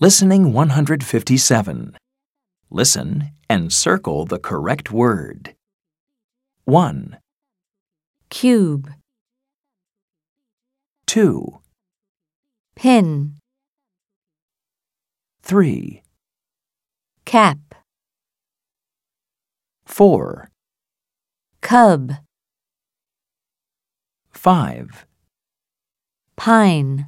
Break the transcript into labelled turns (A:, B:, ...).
A: Listening 157. Listen and circle the correct word. 1,
B: cube,
A: 2,
B: pin,
A: 3,
B: cap,
A: 4,
B: cub,
A: 5.
B: pine.